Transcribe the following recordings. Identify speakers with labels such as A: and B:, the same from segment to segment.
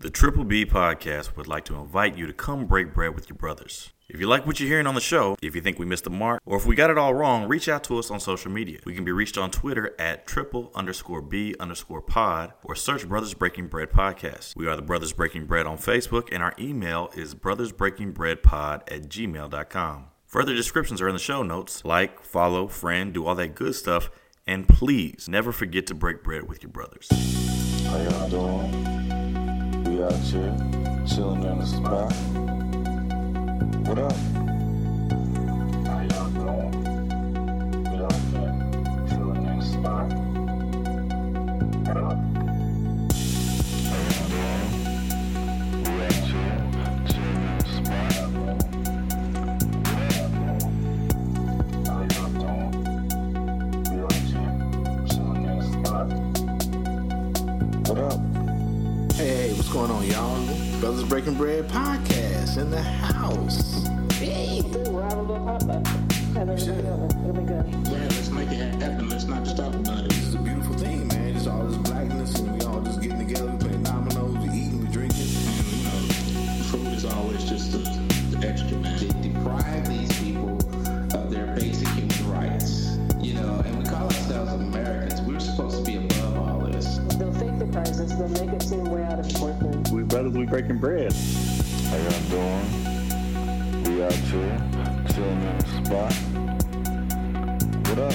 A: The Triple B Podcast would like to invite you to come break bread with your brothers. If you like what you're hearing on the show, if you think we missed the mark, or if we got it all wrong, reach out to us on social media. We can be reached on Twitter at triple underscore B underscore pod or search Brothers Breaking Bread Podcast. We are the Brothers Breaking Bread on Facebook, and our email is brothersbreakingbreadpod at gmail.com. Further descriptions are in the show notes. Like, follow, friend, do all that good stuff, and please never forget to break bread with your brothers.
B: How y'all doing? We out here chilling on the spot. What up? How y'all doing? We out here chilling on the spot. What up? How y'all doing? We out here chilling on the spot. What up? How y'all doing? We out here chilling on the spot. What up?
C: Hey, what's going on, y'all? Brothers Breaking Bread podcast in the house.
D: We'll have a little hot button. Have everybody over. It'll be good.
E: Yeah, let's make it happen. Let's not just talk about it.
C: This is a beautiful thing, man. Just all this blackness, and we all just getting together, we playing dominoes, we eating, we drinking.
E: And, you know, food is always just the, the extra, man.
F: to deprive these people of their basic human rights. You know, and we call ourselves Americans. We're supposed to be above all this.
D: They'll fake the crisis. They'll make it seem way out of proportion.
G: we brothers, we breaking bread.
B: How y'all doing? We out here, chilling in the spot. What up?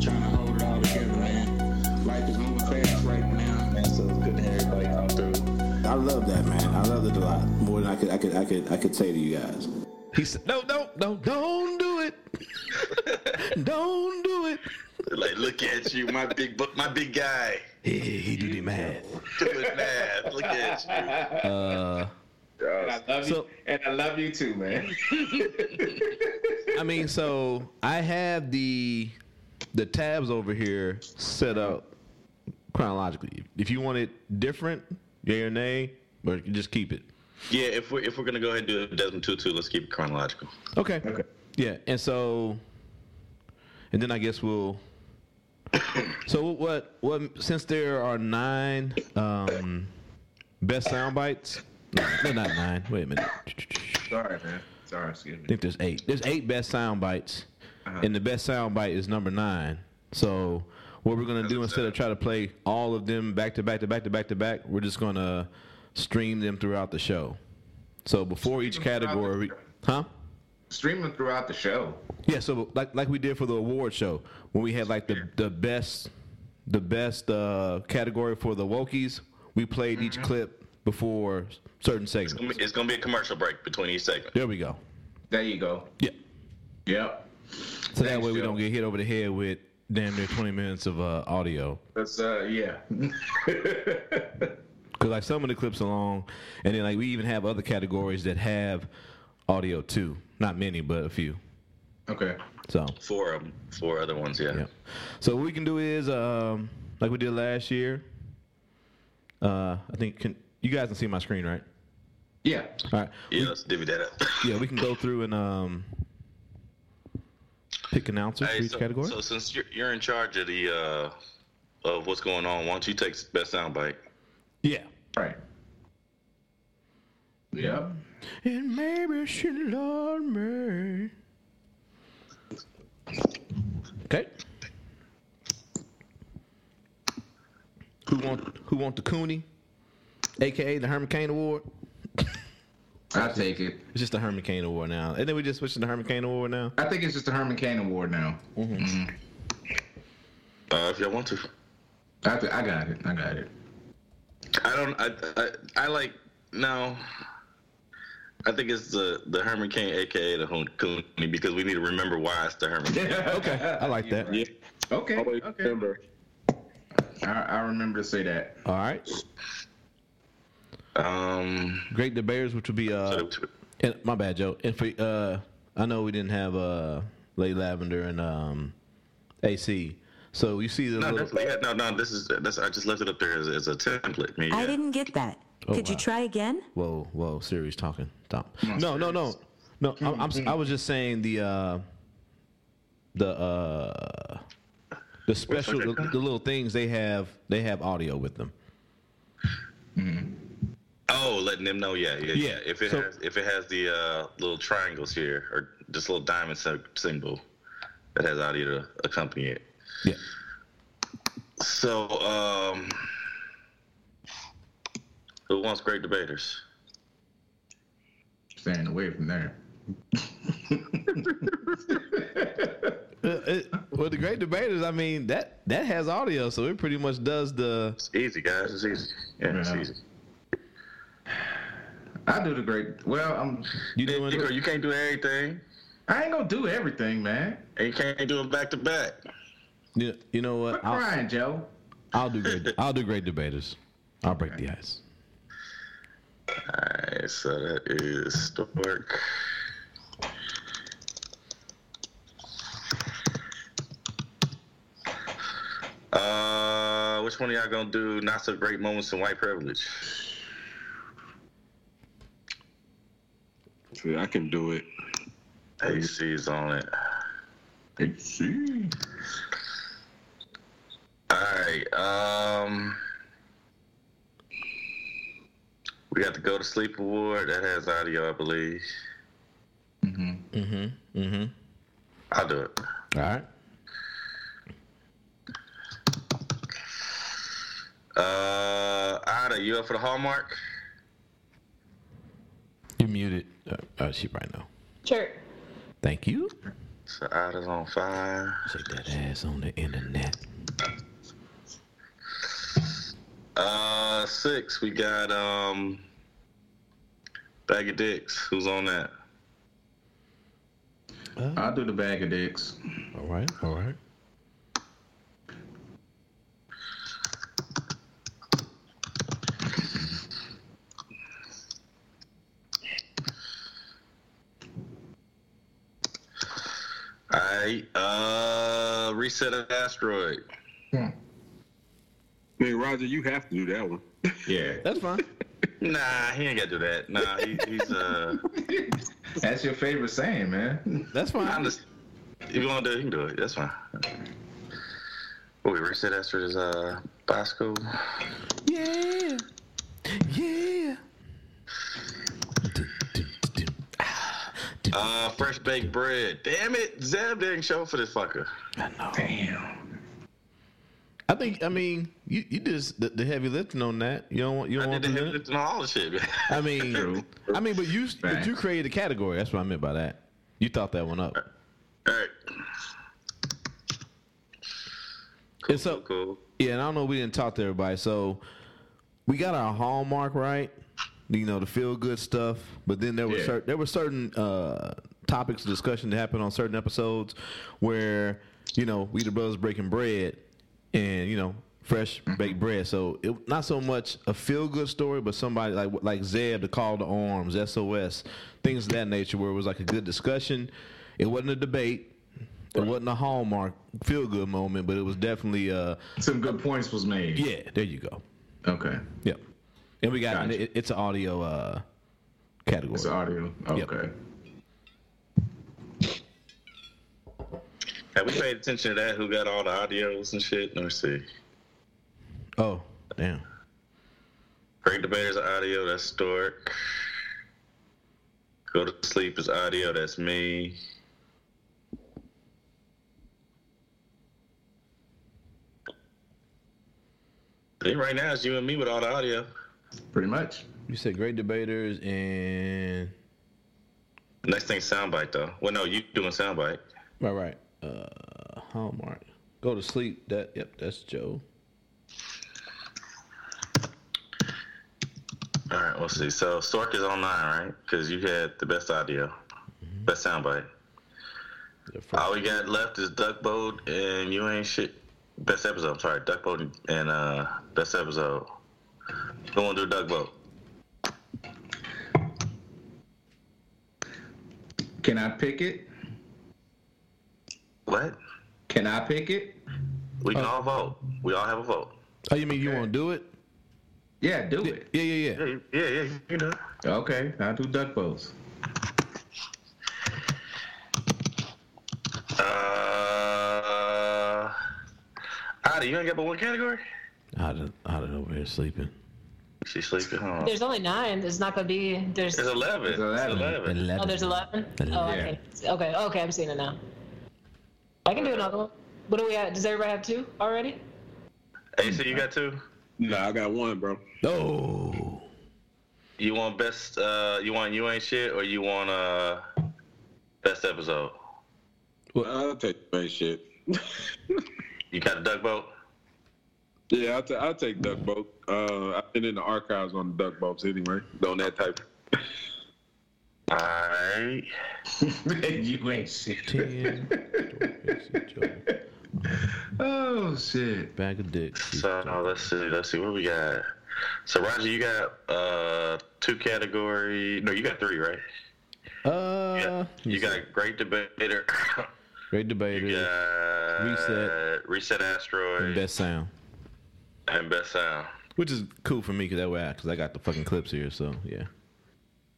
E: Trying to hold it all together, man. Life is moving fast right now. Man, so it's good to have everybody come through.
C: I love that, man. I love it a lot more than I could, I could, I could, I could say to you guys.
H: He said, "No, no, no, don't do it. don't do it."
I: Like, look at you, my big book, my big guy.
H: He, he, he do the math.
I: Doing math. Look at
H: So
F: And I love you too, man.
H: I mean, so I have the the tabs over here set up chronologically. If you want it different, yay or nay, or you can just keep it.
I: you. Yeah, if we're if we're gonna go ahead and do a Desmond Tutu, let's keep it chronological.
H: Okay. Okay. Yeah, and so, and then I guess we'll. so what? What? Since there are nine um, best sound bites. No, no, not nine. Wait a minute.
F: Sorry, man. Sorry, excuse
H: I think there's eight. There's eight best sound bites,
F: Uh-huh.
H: and the best sound bite is number nine. So what we're gonna do instead of try to play all of them back to back to back to back to back, we're just gonna stream them throughout the show. So before each
F: Stream them throughout the
H: category,
F: show.
H: huh?
F: Streaming throughout the show.
H: Yeah, so like like we did for the award show when we had like the the best the best uh, category for the Wokies, we played each
F: Mm-hmm.
H: clip before certain
I: It's gonna,
H: segments.
I: be, it's gonna be a commercial break between each segment.
H: There we go.
F: There you go.
H: Yeah.
F: Yep.
H: So that way we
F: Joe.
H: don't get hit over the head with damn near 20 minutes of uh, audio.
F: That's uh, yeah.
H: Cuz like some of the clips are long and then like we even have other categories that have audio too. Not many, but a few.
F: okay.
H: So
I: Four of them, four other ones. Yeah.
H: Yeah. So what we can do is, um, like we did last year. Uh, I think can, you guys can see my screen, right?
F: Yeah.
H: All right.
I: Yeah, let's divvy that up.
H: Yeah, we can go through and um, pick announcers
I: Hey,
H: for each
I: so,
H: category.
I: so since you're, you're in charge of the uh, of what's going on, why don't you take best soundbite?
H: yeah.
F: Right. Yep.
H: And maybe she loved me. Okay. Who want Who want the Cooney? aka the Herman Cain Award.
F: I take it.
H: It's just the Herman Cain Award now, and then we just switched to the Herman Cain Award now.
F: I think it's just the Herman Cain Award now.
A: Uh, if y'all want to,
F: I, th- I got it. I got it.
A: I don't. I I, I like no. I think it's the the Herman Cain, aka the Hoon Cooney, because we need to remember why it's the Herman. Cain.
H: Okay, I like that.
A: Yeah.
F: Okay. okay. I, I remember to say that.
H: All right,
A: Um.
H: great debaters, which will be uh, and, my bad, Joe. And for uh, I know we didn't have uh, Lay Lavender and um, AC. So you see the
A: No,
H: little,
A: definitely. Yeah, no, no. This is that's. I just left it up there as, as a template. Me,
D: I
A: yeah.
D: didn't get that.
H: Oh,
D: Could you
H: wow.
D: try again?
H: Whoa, whoa, Siri's talking. Stop. No, no, no, no. I'm, I'm, si was just saying the uh, the uh, the special, the, the little things they have. They have audio with them.
A: Oh, letting them know. Yeah, yeah, yeah.
H: Yeah,
A: If it
H: so-
A: has, if it has the uh, little triangles here or just little diamond sy- symbol that has audio to accompany it.
H: Yeah.
A: So, um, who wants great debaters?
F: Staying away from there.
H: Uh, it- well, the great debaters. I mean that that has audio, so it pretty much does the.
A: It's easy, guys. It's easy. Yeah, it's
F: Yeah.
A: easy.
F: I do the great. Well, I'm.
H: You
A: You,
H: doing?
A: you can't do everything,
F: I ain't gonna do everything, man.
A: and you can't do it back to back.
H: You, you know what?
F: Quit
H: I'll,
F: crying, Joe.
H: I'll do great. I'll do great debaters. I'll break the ice.
A: Alright, so that is Stork. Uh, which one of y'all gonna do not so great moments in white privilege?
J: See, I can do it.
A: AC's on it.
F: See.
A: Alright, um. We got the Go to Sleep Award. That has audio, I believe.
H: Mm-hmm. Mm-hmm.
A: I'll do it.
H: All right.
A: Uh, Ida, you up for the Hallmark?
H: You muted. Uh, oh, she right now.
K: Sure.
H: Thank you.
A: So Ida's on fire.
H: Shake that ass on the internet.
A: Uh, six. We got um, bag of dicks. Who's on that?
F: I'll do the bag of dicks.
H: All right. All right.
A: All right. Uh, reset an asteroid.
J: I mean, Roger, you have to do that one.
F: Yeah.
H: That's fine.
A: Nah, he ain't gotta do that. Nah, he, he's uh,
F: That's your favorite saying, man.
H: That's
A: I'm
H: fine.
A: just. If you want to do it, you can do it. That's fine. Oh, wait, reset asteroid is uh Bosco.
H: Yeah. Yeah.
A: Uh, fresh baked bread. Damn it, Zeb didn't show up for this fucker.
F: Damn.
H: I think. I mean, you you just the, the heavy lifting on that. You don't want. You don't
A: I
H: want
A: did
H: to
A: the
H: do
A: heavy
H: it?
A: lifting on all the shit. man.
H: I mean,
F: True.
H: I mean, but you but you
F: Facts.
H: created a category. That's what I meant by that. You thought that one
A: Uh,
H: up.
A: All right.
H: And so
A: Cool.
H: yeah, and I don't know. We didn't talk to everybody, so we got our hallmark right. You know, the feel good stuff. But then there were
F: Yeah.
H: cer- there were certain uh, topics of discussion that happened on certain episodes where you know we the brothers breaking bread and you know fresh baked bread. So it not so much a feel good story, but somebody like like Zeb the call to arms, SOS, things of that nature, where it was like a good discussion. It wasn't a debate. It wasn't a hallmark feel good moment, but it was definitely uh
F: Some good points was made.
H: yeah. There you go.
F: Okay.
H: Yep. And we got and
F: Gotcha.
H: it, it's an audio uh category.
F: It's audio. Okay.
H: Yep.
A: Have we paid attention to that? Who got all the audios and shit? Let me see.
H: oh damn.
A: Great debaters are audio. That's Stork. Go to sleep is audio. That's me. I think right now it's you and me with all the audio.
F: Pretty much.
H: You said great debaters and
A: Next thing, soundbite though. Well, no, you doing soundbite.
H: right, right. Uh, Hallmark. Go to sleep. That yep, that's Joe.
A: All right, we'll see. So Stork is online, right? Because you had the best audio,
H: Mm-hmm.
A: best soundbite. All we got left is Duckboat and you ain't shit. Best episode. I'm sorry, Duckboat and uh, best episode. Going through Duckboat.
F: Can I pick it?
A: What?
F: Can I pick it?
A: We can all vote. We all have a vote.
H: Oh, you mean you won't do it?
F: Yeah, do it.
H: Yeah, yeah, yeah.
A: Yeah, yeah, yeah. You know.
F: Okay, I'll do duck bows.
A: Uh, Adi, you ain't got but one category.
H: Out of out of over here sleeping.
A: She's sleeping. Huh?
D: There's only nine. There's not gonna be. There's.
A: It's eleven. It's eleven.
D: Oh, there's eleven. Oh, okay. Okay. Okay. I'm seeing it now. I can do another one. What do we have? Does everybody have two already?
A: AC, you got two.
J: Nah, I got one, bro.
H: Oh,
A: You want best? Uh, you want you ain't shit, or you want uh, best episode?
J: I'll take main shit.
A: You got a duck boat.
J: Yeah, I'll, ta- I'll take duck boat. Uh, I've been in the archives on duck boats anyway. On that type.
A: All right.
F: you ain't shit.
H: ten.
F: Oh shit.
H: Bag of dicks.
A: So let's see. Let's see what we got. So Roger, you got uh two category. No, you got three, right?
H: Uh,
A: You got great debater.
H: great debaters.
A: you got
H: Reset.
A: Uh, Reset asteroid.
H: and best sound,
A: and best sound.
H: which is cool for me because that way, because I, got the fucking clips here. So yeah.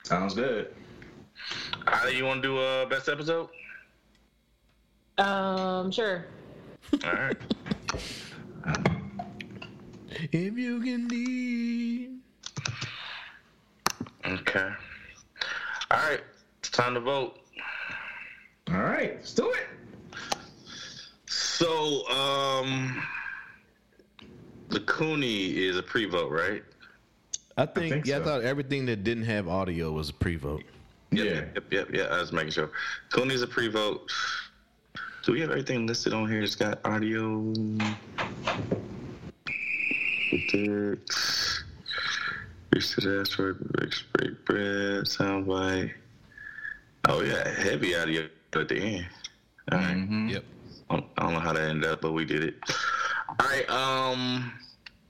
F: Sounds good.
A: Adi, you want to do uh best episode?
D: Um. Sure.
A: All right.
H: If you can leave.
A: Okay. All right. It's time to vote.
F: All right, let's do it.
A: So, um, the Cooney is a pre-vote, right?
H: I think,
F: think
H: yeah, I
F: so.
H: thought everything that didn't have audio was a pre-vote.
F: Yeah.
A: Yep, yep, yeah. I was making sure. Cooney's a pre-vote. Do we have everything listed on here? It's got audio. Dicks. Reset asteroid, breaks, break bread, soundbite. Oh yeah, heavy audio at the end. All right.
H: Yep.
A: I don't- I don't know how that ended up, but we did it. All right. Um.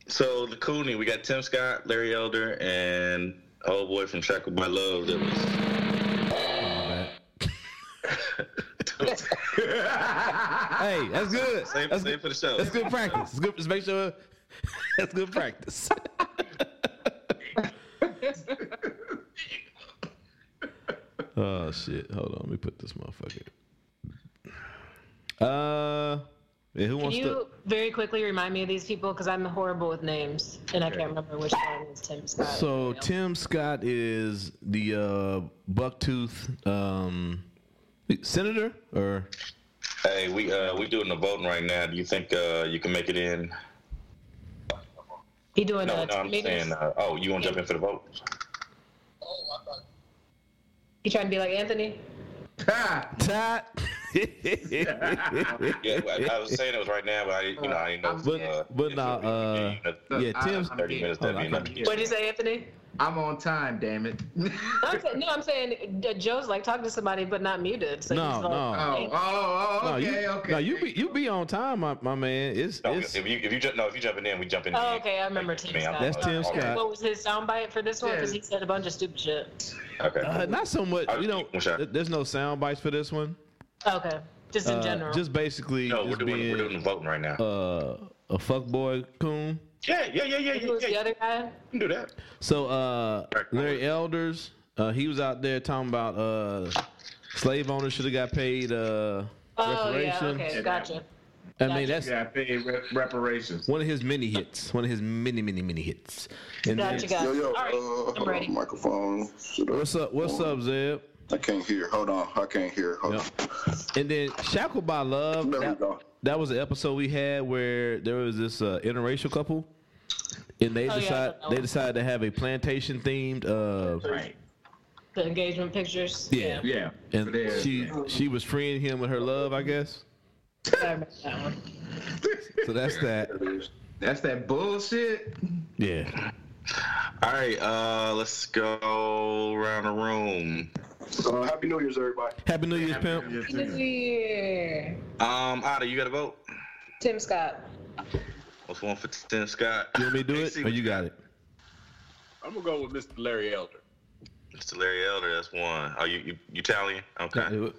A: So the Cooney, we got Tim Scott, Larry Elder, and old boy from Shackled by Love. That was
H: Hey, that's good.
A: same,
H: that's,
A: same for the show.
H: that's good practice. It's good. Just make sure that's good practice. oh shit! Hold on, let me put this motherfucker. Uh, yeah, who
D: Can
H: wants to?
D: you very quickly remind me of these people because I'm horrible with names and I can't remember which one is Tim Scott.
H: So Tim Scott is the uh, bucktooth um, senator, or
A: Hey, we uh we doing the voting right now. Do you think uh you can make it in?
D: he doing
A: No,
D: uh,
A: no, I'm
D: tomatoes.
A: saying. Uh, oh, you want to jump in for the vote?
D: He trying to be like Anthony.
F: Ha!
H: Todd.
A: Yeah, I, I was saying it was right now, but I didn't- you know I didn't know.
H: But
A: uh,
H: but
A: if
H: nah,
A: it would
H: uh,
A: be, you know,
H: yeah, Tim's.
A: thirty minutes.
H: Hold
A: That'd be
H: on, I
A: enough.
H: can't-
D: What did you say, Anthony?
F: I'm on time, damn it.
D: No, I'm saying, no, I'm saying uh, Joe's like talking to somebody but not muted. So
H: No,
D: he's like,
H: no.
F: Oh, oh, oh,
H: No,
F: okay,
H: you,
F: okay.
H: no, you be you be on time, my, my man. It's
A: No,
H: it's
A: if you if you jump no if you jumping in, we jump in.
D: Oh, okay, I remember Tim
A: mean, I'm-
D: Scott.
H: That's Tim
A: Okay.
H: Scott.
D: What was his soundbite for this one? Because he said a bunch of stupid shit.
A: Okay.
H: uh, not so much.
A: I'll
H: We don't.
A: keep one shot.
H: th- There's no sound bites for this one.
D: Okay, just in
H: Uh,
D: general.
H: Just basically
A: no, we're
H: just
A: doing
H: being
A: we're doing the voting right now.
H: uh, a fuckboy coon.
A: yeah, yeah, yeah, yeah, yeah.
D: Who was
A: yeah,
D: the other guy?
A: You can do that.
H: So uh,
A: Right.
H: Larry Elders, uh, he was out there talking about uh, slave owners should have got paid uh,
D: Oh yeah,
H: reparations.
D: okay, gotcha.
H: I mean that's
F: Yeah, I paid rep- reparations.
H: one of his mini hits. One of his mini mini mini hits. And then-
D: Gotcha, gotcha.
L: Yo, yo,
D: All right,
L: uh,
D: I'm
L: hold
D: ready.
L: on, microphone. Shut up.
H: what's up? What's up, Zeb?
L: I can't hear. Hold on, I can't hear. Hold
H: Yep. And then Shackled by Love.
L: on. There we
H: that-
L: go.
H: that was the episode we had where there was this uh, interracial couple and they
D: Oh, yeah, I
H: decide
D: don't know.
H: they decided to have a plantation themed. Uh, right.
D: The engagement pictures.
H: Yeah.
D: Yeah.
H: And
D: There.
H: she she was freeing him with her love, I guess.
D: I remember that one.
H: So that's that.
F: That's that bullshit.
H: Yeah.
A: All right, uh, let's go around the room.
M: Uh, Happy New Year's, everybody.
H: Happy New Year's,
A: pimp.
D: Yeah.
A: Um, Ada, you got a vote?
D: Tim Scott.
A: What's one for Tim Scott?
H: You want me to do it, or you got it?
J: I'm gonna go with Mr. Larry Elder.
A: Mr. Larry Elder, that's one. Oh, you you, you tallying? Okay.
M: What's the,
A: Um,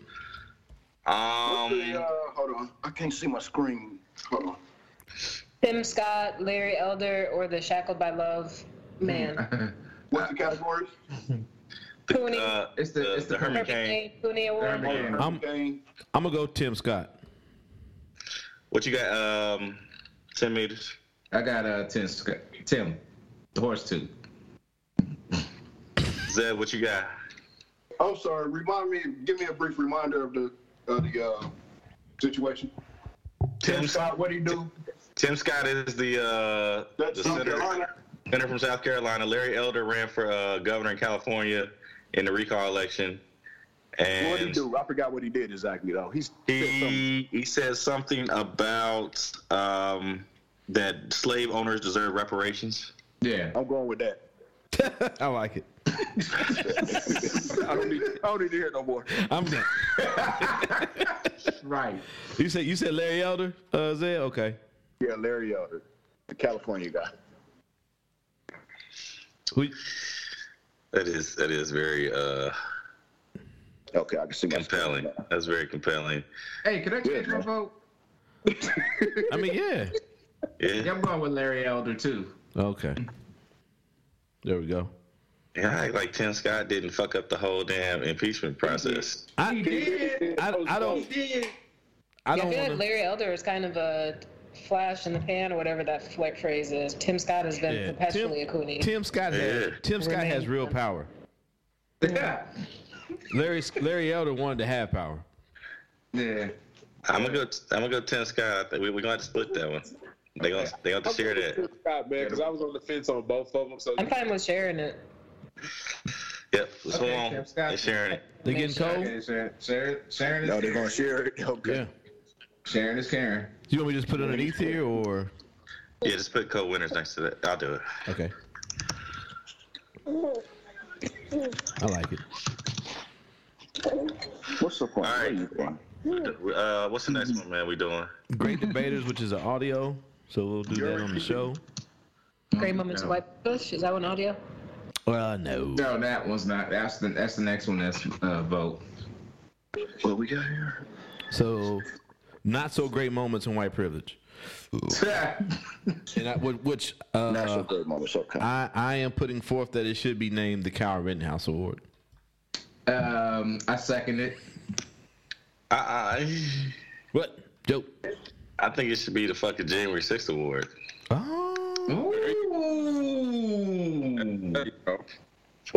M: uh, hold on. I can't see my screen. Hold on.
D: Tim Scott, Larry Elder, or the Shackled by Love man.
M: What's the category?
D: Cooney.
A: it's the, uh, it's the, Herman Cain.
D: Cooney Award.
H: I'm I'm gonna go Tim Scott.
A: What you got? Um, ten meters.
F: I got uh Tim Scott. Tim, the horse too.
A: Zeb, what you got?
M: I'm sorry. Remind me. Give me a brief reminder of the of the uh, situation.
A: Tim
M: Scott, what do you do?
A: Tim Scott is the uh, the
M: South
A: senator,
M: Carolina.
A: senator from South Carolina. Larry Elder ran for uh, governor in California in the recall election, and
M: What did he do? I forgot what he did exactly though. He's
A: He he said something about um, that slave owners deserve reparations.
F: Yeah,
M: I'm going with that.
H: I like it.
M: I don't need. I don't need to hear no more.
H: I'm done.
F: right.
H: You said you said Larry Elder, uh, Zay. Okay.
M: Yeah, Larry Elder, the California guy.
H: Who-
A: That is that is very uh,
M: okay. I can see
A: compelling. That's very compelling.
F: Hey, can I change my vote?
H: I mean, yeah.
A: Yeah,
F: I'm going with Larry Elder too.
H: Okay. There we go.
A: Yeah, I act like Tim Scott didn't fuck up the whole damn impeachment process.
H: I, I, I don't. I
D: I,
H: don't
D: feel like
H: wanna-
D: Larry Elder is kind of a flash in the pan or whatever that fl- phrase is. Tim Scott has been
H: Yeah.
D: perpetually a Cooney.
H: Tim Scott has Tim Scott has real power.
F: Yeah.
H: Larry Larry Elder wanted to have power.
F: Yeah.
A: I'm gonna go. I'm gonna go Tim Scott. I think we we gonna have to split that one. They gonna they gonna have to share that.
J: Tim Scott, man, because I was on the fence on both of them. So
D: I'm fine with sharing it.
A: Yep. Let's
D: Okay,
A: move
D: Tim
A: on.
D: Scott.
A: They're sharing it.
H: They getting cold?
F: Okay, Sharon, Sharon, Sharon is
M: No, they're
F: Karen.
M: gonna share it. Okay.
H: Yeah.
F: Sharon is Karen.
H: You want me to just put it underneath here or
A: Yeah, just put co winners next to that. I'll do it.
H: okay? I like it.
M: What's the point?
A: All right. Uh, what's the next one, man? We doing?
H: Great debaters, which is an audio, so we'll do that on the show.
D: Great Moments
F: no.
D: White Bush. Is that one audio?
H: Well, uh, no.
F: No, that one's not. That's the that's the next one. That's uh, vote.
A: What we got here?
H: So, not so great moments in white privilege. And I, whi- which uh,
M: National Great Moments. Okay.
H: I, I am putting forth that it should be named the Kyle Rittenhouse Award.
F: Um, I second it.
A: I,
H: what? Joe.
A: I think it should be the fucking January 6th award.
H: Oh.
F: Ooh.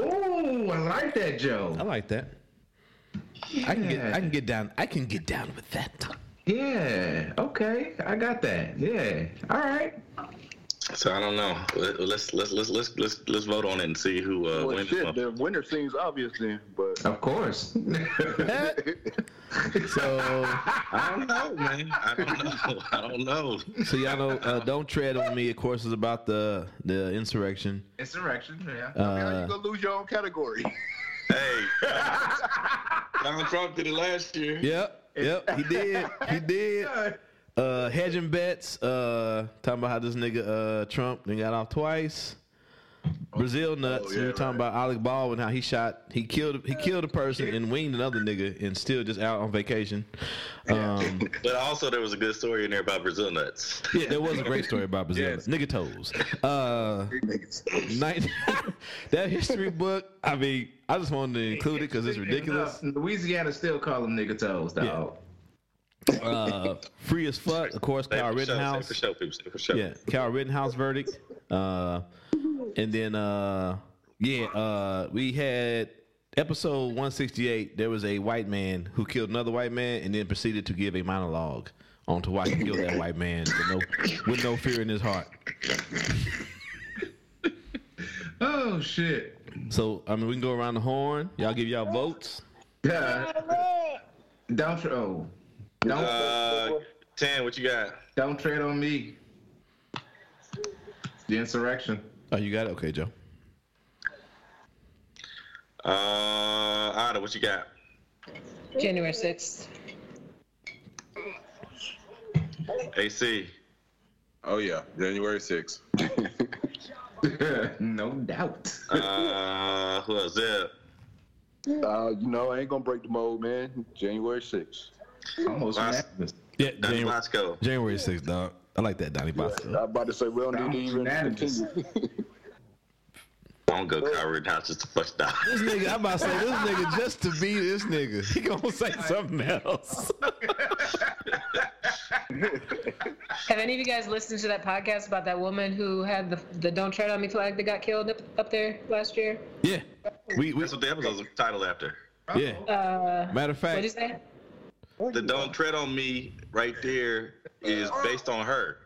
F: Ooh, I like that, Joe.
H: I like that. I can get I can get down I can get down with that.
F: Yeah. Okay, I got that. Yeah. All right.
A: So I don't know. Let- Let's let's let's let's let's let's vote on it and see who uh,
M: Well,
A: wins.
M: shit, the winner seems obvious then, but
F: Of course.
H: so
A: I don't know, man. I don't know. I don't know.
H: So y'all know, uh, don't tread on me. Of course, is about the the insurrection.
F: Insurrection. Yeah.
H: Uh,
M: you gonna lose your own category.
A: Hey, Donald Trump did it last year.
H: Yep, yep, he did, he did. Uh, hedging bets. Uh, talking about how this nigga uh, Trump then got off twice. Brazil nuts. we were talking about Alec Baldwin how he shot, he killed, he killed a person and winged another nigga and still just out on vacation. Um,
A: But also there was a good story in there about Brazil nuts.
H: Yeah, there was a great story about Brazil. Nigga toes. Uh, nine- that history book. I mean, I just wanted to include it because it's ridiculous.
F: Louisiana still call them nigga toes, dog.
H: Uh, free as fuck. Of course, Kyle
A: For sure,
H: Rittenhouse.
A: For sure, people, say for sure.
H: Yeah, Kyle Rittenhouse verdict. Uh, and then uh, yeah, uh, we had episode 168. There was a white man who killed another white man, and then proceeded to give a monologue on to why he killed that white man with no, with no fear in his heart.
J: Oh shit.
H: So I mean, we can go around the horn. Y'all give y'all votes.
F: Yeah. Don't throw. Don't.
A: Uh, Tan, what you got?
F: Don't trade on me. The insurrection.
H: Oh, you got it. Okay, Joe.
A: Uh, Ada, what you got?
D: January 6th.
A: AC.
J: Oh yeah, January 6th.
F: no doubt.
A: Uh, who else? Zip.
M: Uh, you know, I ain't gonna break the mold, man. January 6th.
F: Almost.
A: Las-
H: Yeah,
A: Donnie
H: January,
A: Bosco.
H: January 6th, dog. I like that, Donnie Bosco.
M: I'm about to say we don't need to even
F: Unanimous.
M: continue.
A: Don't go Kyle Rittenhouse just to fuck down.
H: This nigga, I'm about to say this nigga just to be this nigga. He gonna say something else.
D: Have any of you guys listened to that podcast about that woman who had the, the Don't Tread on Me flag that got killed up, up there last year?
H: yeah, we, we
A: That's what the episode's titled after.
H: yeah.
D: Uh,
H: Matter of
D: what'd you
H: fact,
D: say?
A: The "Don't Tread on Me" right there is based on her.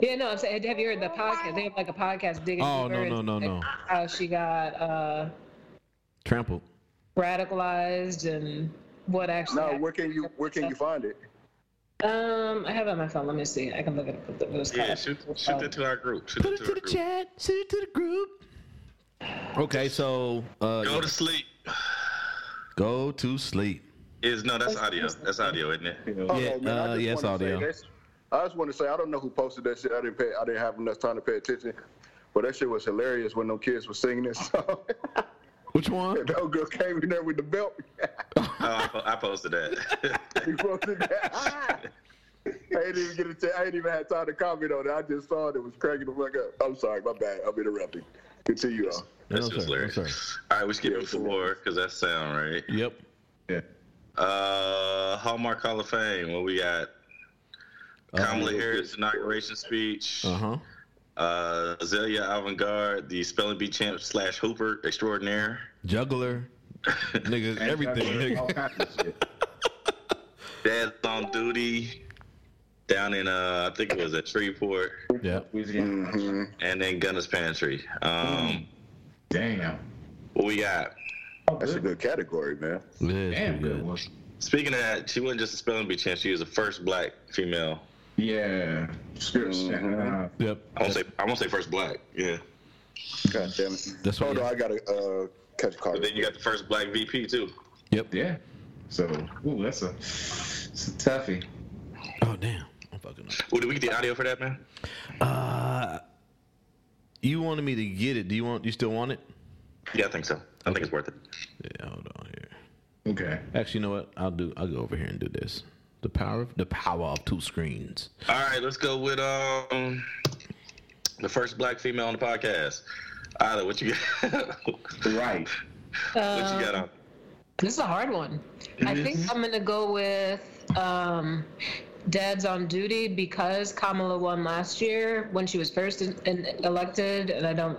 D: Yeah, no, I'm saying, have you heard the podcast? They have like a podcast digging
H: Oh,
D: deeper
H: no,
D: into,
H: no, no,
D: like,
H: no.
D: How she got uh,
H: trampled.
D: radicalized and what actually.
M: No,
D: happened.
M: where can you where can you find it?
D: Um, I have it on my phone. Let me see. I can look at it. It was
A: Yeah,
D: called-
A: shoot, shoot it to our group. Shoot
H: Put
A: it
H: it
A: to our
H: to the
A: group.
H: chat. Send it to the group. Okay, so uh,
A: Go to sleep.
H: go to sleep.
A: Is no, that's audio. That's audio, isn't it? Oh,
H: yeah,
M: Oh, man, I
H: uh,
M: just
H: yes,
M: wanna say
H: audio.
M: that's- I just want to say I don't know who posted that shit. I didn't pay. I didn't have enough time to pay attention. But that shit was hilarious when them kids were singing this song.
H: Which one?
M: that old girl came in there with the belt.
A: Oh, I, po- I posted that.
M: He posted that. I didn't even get a chance. I didn't even have time to comment on it. I just saw it. It was cracking the fuck up. I'm sorry. My bad. I'm interrupting. Continue on.
H: No,
A: That's
H: sir,
A: just
H: no,
A: hilarious.
H: sir.
A: All right, we skipping four because that's sound right.
H: Yep.
A: Uh, Hallmark Hall of Fame. What we got? Kamala Harris inauguration speech.
H: Uh huh.
A: Uh, Azalea Avantgarde, the spelling bee champ slash Hooper extraordinaire.
H: Juggler, nigga, everything.
F: All
H: Nigga.
F: kinds of shit.
A: Dad's on duty down in uh, I think it was at Shreveport,
M: Oh.
H: Yeah.
F: Louisiana.
A: and then Gunner's Pantry. Um,
F: Damn.
A: what we got?
M: That's a good category, man.
H: Yeah, it's
F: Damn
H: pretty
F: good
H: good.
F: one.
A: Speaking of that, she wasn't just a spelling bee champ. She was the first black female.
F: Yeah. Scripts.
A: Mm-hmm.
F: uh,
H: Yep.
A: I won't say I won't say first black. Yeah.
M: God damn it.
H: That's
M: Hold
H: what.
M: on. I gotta uh, catch a car.
A: But then you got the first black VP too.
H: Yep.
F: Yeah. So, ooh, that's a, it's a toughie.
H: Oh damn. I'm fucking up.
A: Well, did we get the audio for that, man?
H: Uh, you wanted me to get it. Do you want? You still want it?
A: Yeah, I think so. I think it's worth it.
H: Yeah. Hold on here.
F: Okay.
H: Actually, you know what? I'll do. I'll go over here and do this. The power of the power of two screens.
A: All right, let's go with um the first black female on the podcast. Ida, what you got? what
F: Right.
A: you got
D: Um,
A: on? Mm-hmm.
D: This is a hard one. I think I'm gonna go with um, Dad's on duty because Kamala won last year when she was first in, in, elected, and I don't.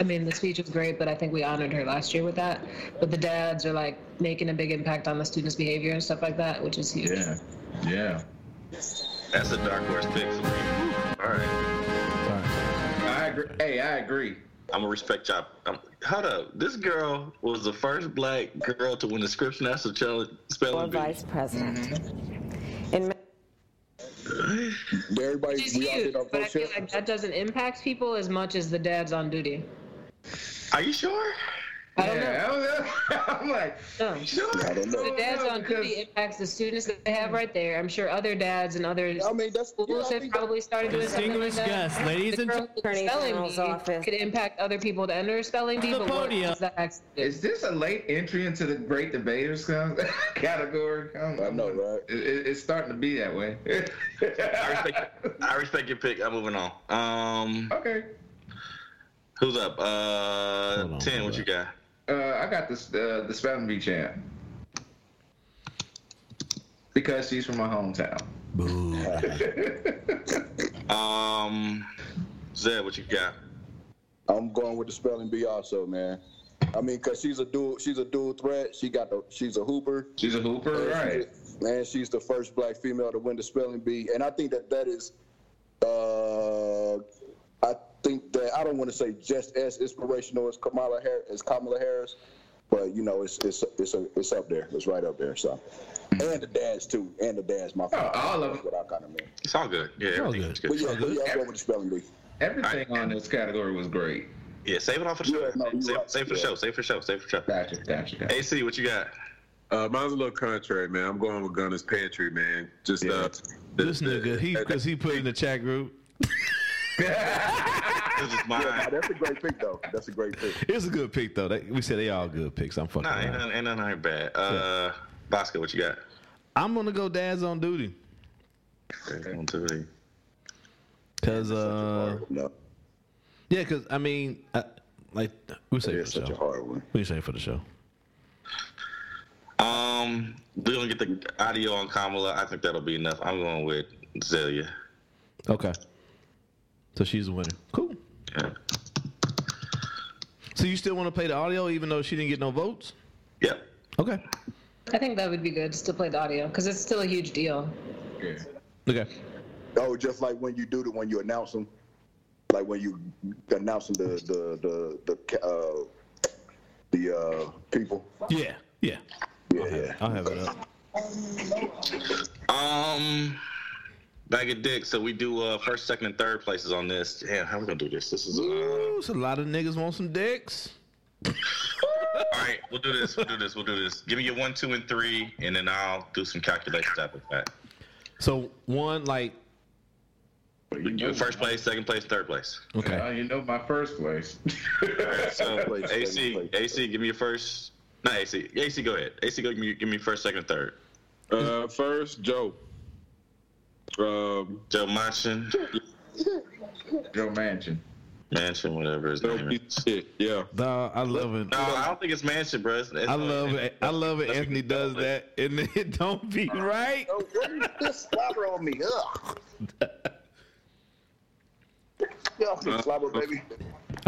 D: I mean, the speech was great, but I think we honored her last year with that. But the dads are like making a big impact on the students' behavior and stuff like that, which is huge.
F: Yeah. Yeah.
A: That's a dark horse pick for me. All right,
F: I agree. Hey, I agree.
A: I'm gonna respect y'all. Um, hold up, this girl was the first black girl to win the Scripps National Challenge spelling bee.
B: president.
M: Everybody,
D: Which is
M: we all
D: huge,
M: did our
D: but I
M: votes
D: feel
M: here.
D: like that doesn't impact people as much as the dads on duty.
A: Are you sure?
D: I don't know.
F: yeah, I am like,
D: No.
F: sure.
M: I don't know.
D: The dads on
F: because-
D: duty impacts the students that they have right there. I'm sure other dads and other
M: I mean, that's yeah,
D: schools
M: I
D: have
M: think that-
D: probably started doing something like
N: Distinguished
D: that.
N: guests, ladies
D: The
N: and
D: girl
N: gentlemen,
D: with the spelling
B: Attorney General's
D: bee
B: office.
D: could impact other people to enter spelling bee,
N: The
D: but what
N: podium.
D: does that actually do?
F: Is this a late entry into the great debaters con- category? I'm-
M: I know, right?
F: It, it- it's starting to be that way.
A: I respect, I respect your pick. I'm moving on. Um,
F: okay.
A: who's up? Uh,
H: Hold on,
A: ten.
H: hold
A: What
H: up.
A: you got?
F: Uh, I got this uh, the spelling bee champ because she's from my hometown.
H: Boo.
A: Um, Zed, what you got?
M: I'm going with the spelling bee also, man. I mean, cause she's a dual, she's a dual threat. She got the, she's a hooper.
F: She's a hooper, right?
M: Man, she's the first black female to win the spelling bee, and I think that that is, uh, I think that I don't want to say just as inspirational as Kamala Harris, as Kamala Harris, but you know, it's it's it's a, it's up there. It's right up there. So, and the dads too, and the dads. My father.
F: all of
M: That's what I kind Oh, of mean.
A: It's all good. Yeah, everything's good.
M: But yeah, but yeah, I'm going with the spelling bee.
F: Everything on this category was great.
A: Yeah, save it all for the show. save, save for the show. Save for the show. Save for the show.
F: Gotcha, gotcha, gotcha.
A: AC, what you got?
J: Uh, mine's a little contrary, man. I'm going with Gunner's Pantry, man. Just uh, the-
H: This nigga, he because he put in the chat group.
A: this is mine.
M: Yeah, nah, that's a great pick though. That's a great pick.
H: It's a good pick though. They- we said they all good picks. I'm fucking.
A: Nah, ain't
H: around.
A: none, ain't none of that bad. Uh, Bosco, what you got?
H: I'm gonna go dads on duty
A: One, two, three.
H: because uh,
M: No,
H: yeah, because I mean, I, like we say for
M: it's
H: the
M: such a
H: show.
M: hard one.
H: We say for the show.
A: Um, we're gonna get the audio on Kamala. I think that'll be enough. I'm going with Zelia.
H: Okay. So she's the winner. Cool.
A: Yeah.
H: So you still want to play the audio even though she didn't get no votes?
A: Yep.
H: Okay.
D: I think that would be good just to play the audio because it's still a huge deal.
H: Okay.
M: Oh, just like when you do the when you announce them, like when you announce them the the the the uh, the uh, people.
H: Yeah. Yeah.
M: Yeah, yeah.
H: I'll have it up.
A: Um, bag of dick. So we do uh first, second, and third places on this. Damn, how we gonna do this? This is uh.
H: Ooh, so a lot of niggas want some dicks.
A: All right, we'll do this. We'll do this. We'll do this. Give me your one, two, and three, and then I'll do some calculations after that.
H: So one like
A: Do First place, second place, third place.
H: okay.
F: Uh, you know my first place.
A: So
M: Place,
A: AC,
M: second place.
A: AC, give me your first. No, AC, AC, go ahead. AC, go give me, give me first, second, third.
J: uh, first Joe. Um,
A: Joe Manchin,
F: Joe Manchin.
A: Manchin, whatever his
J: Joe
A: name is.
J: piece of shit. Yeah.
H: Dawg, I love it.
A: No, I don't think it's Manchin, bro. It's, it's
H: I love it. I love it. Anthony does that, and it don't be right.
M: Oh, what is this slobber on me? Ugh. Get off me, slobber, baby.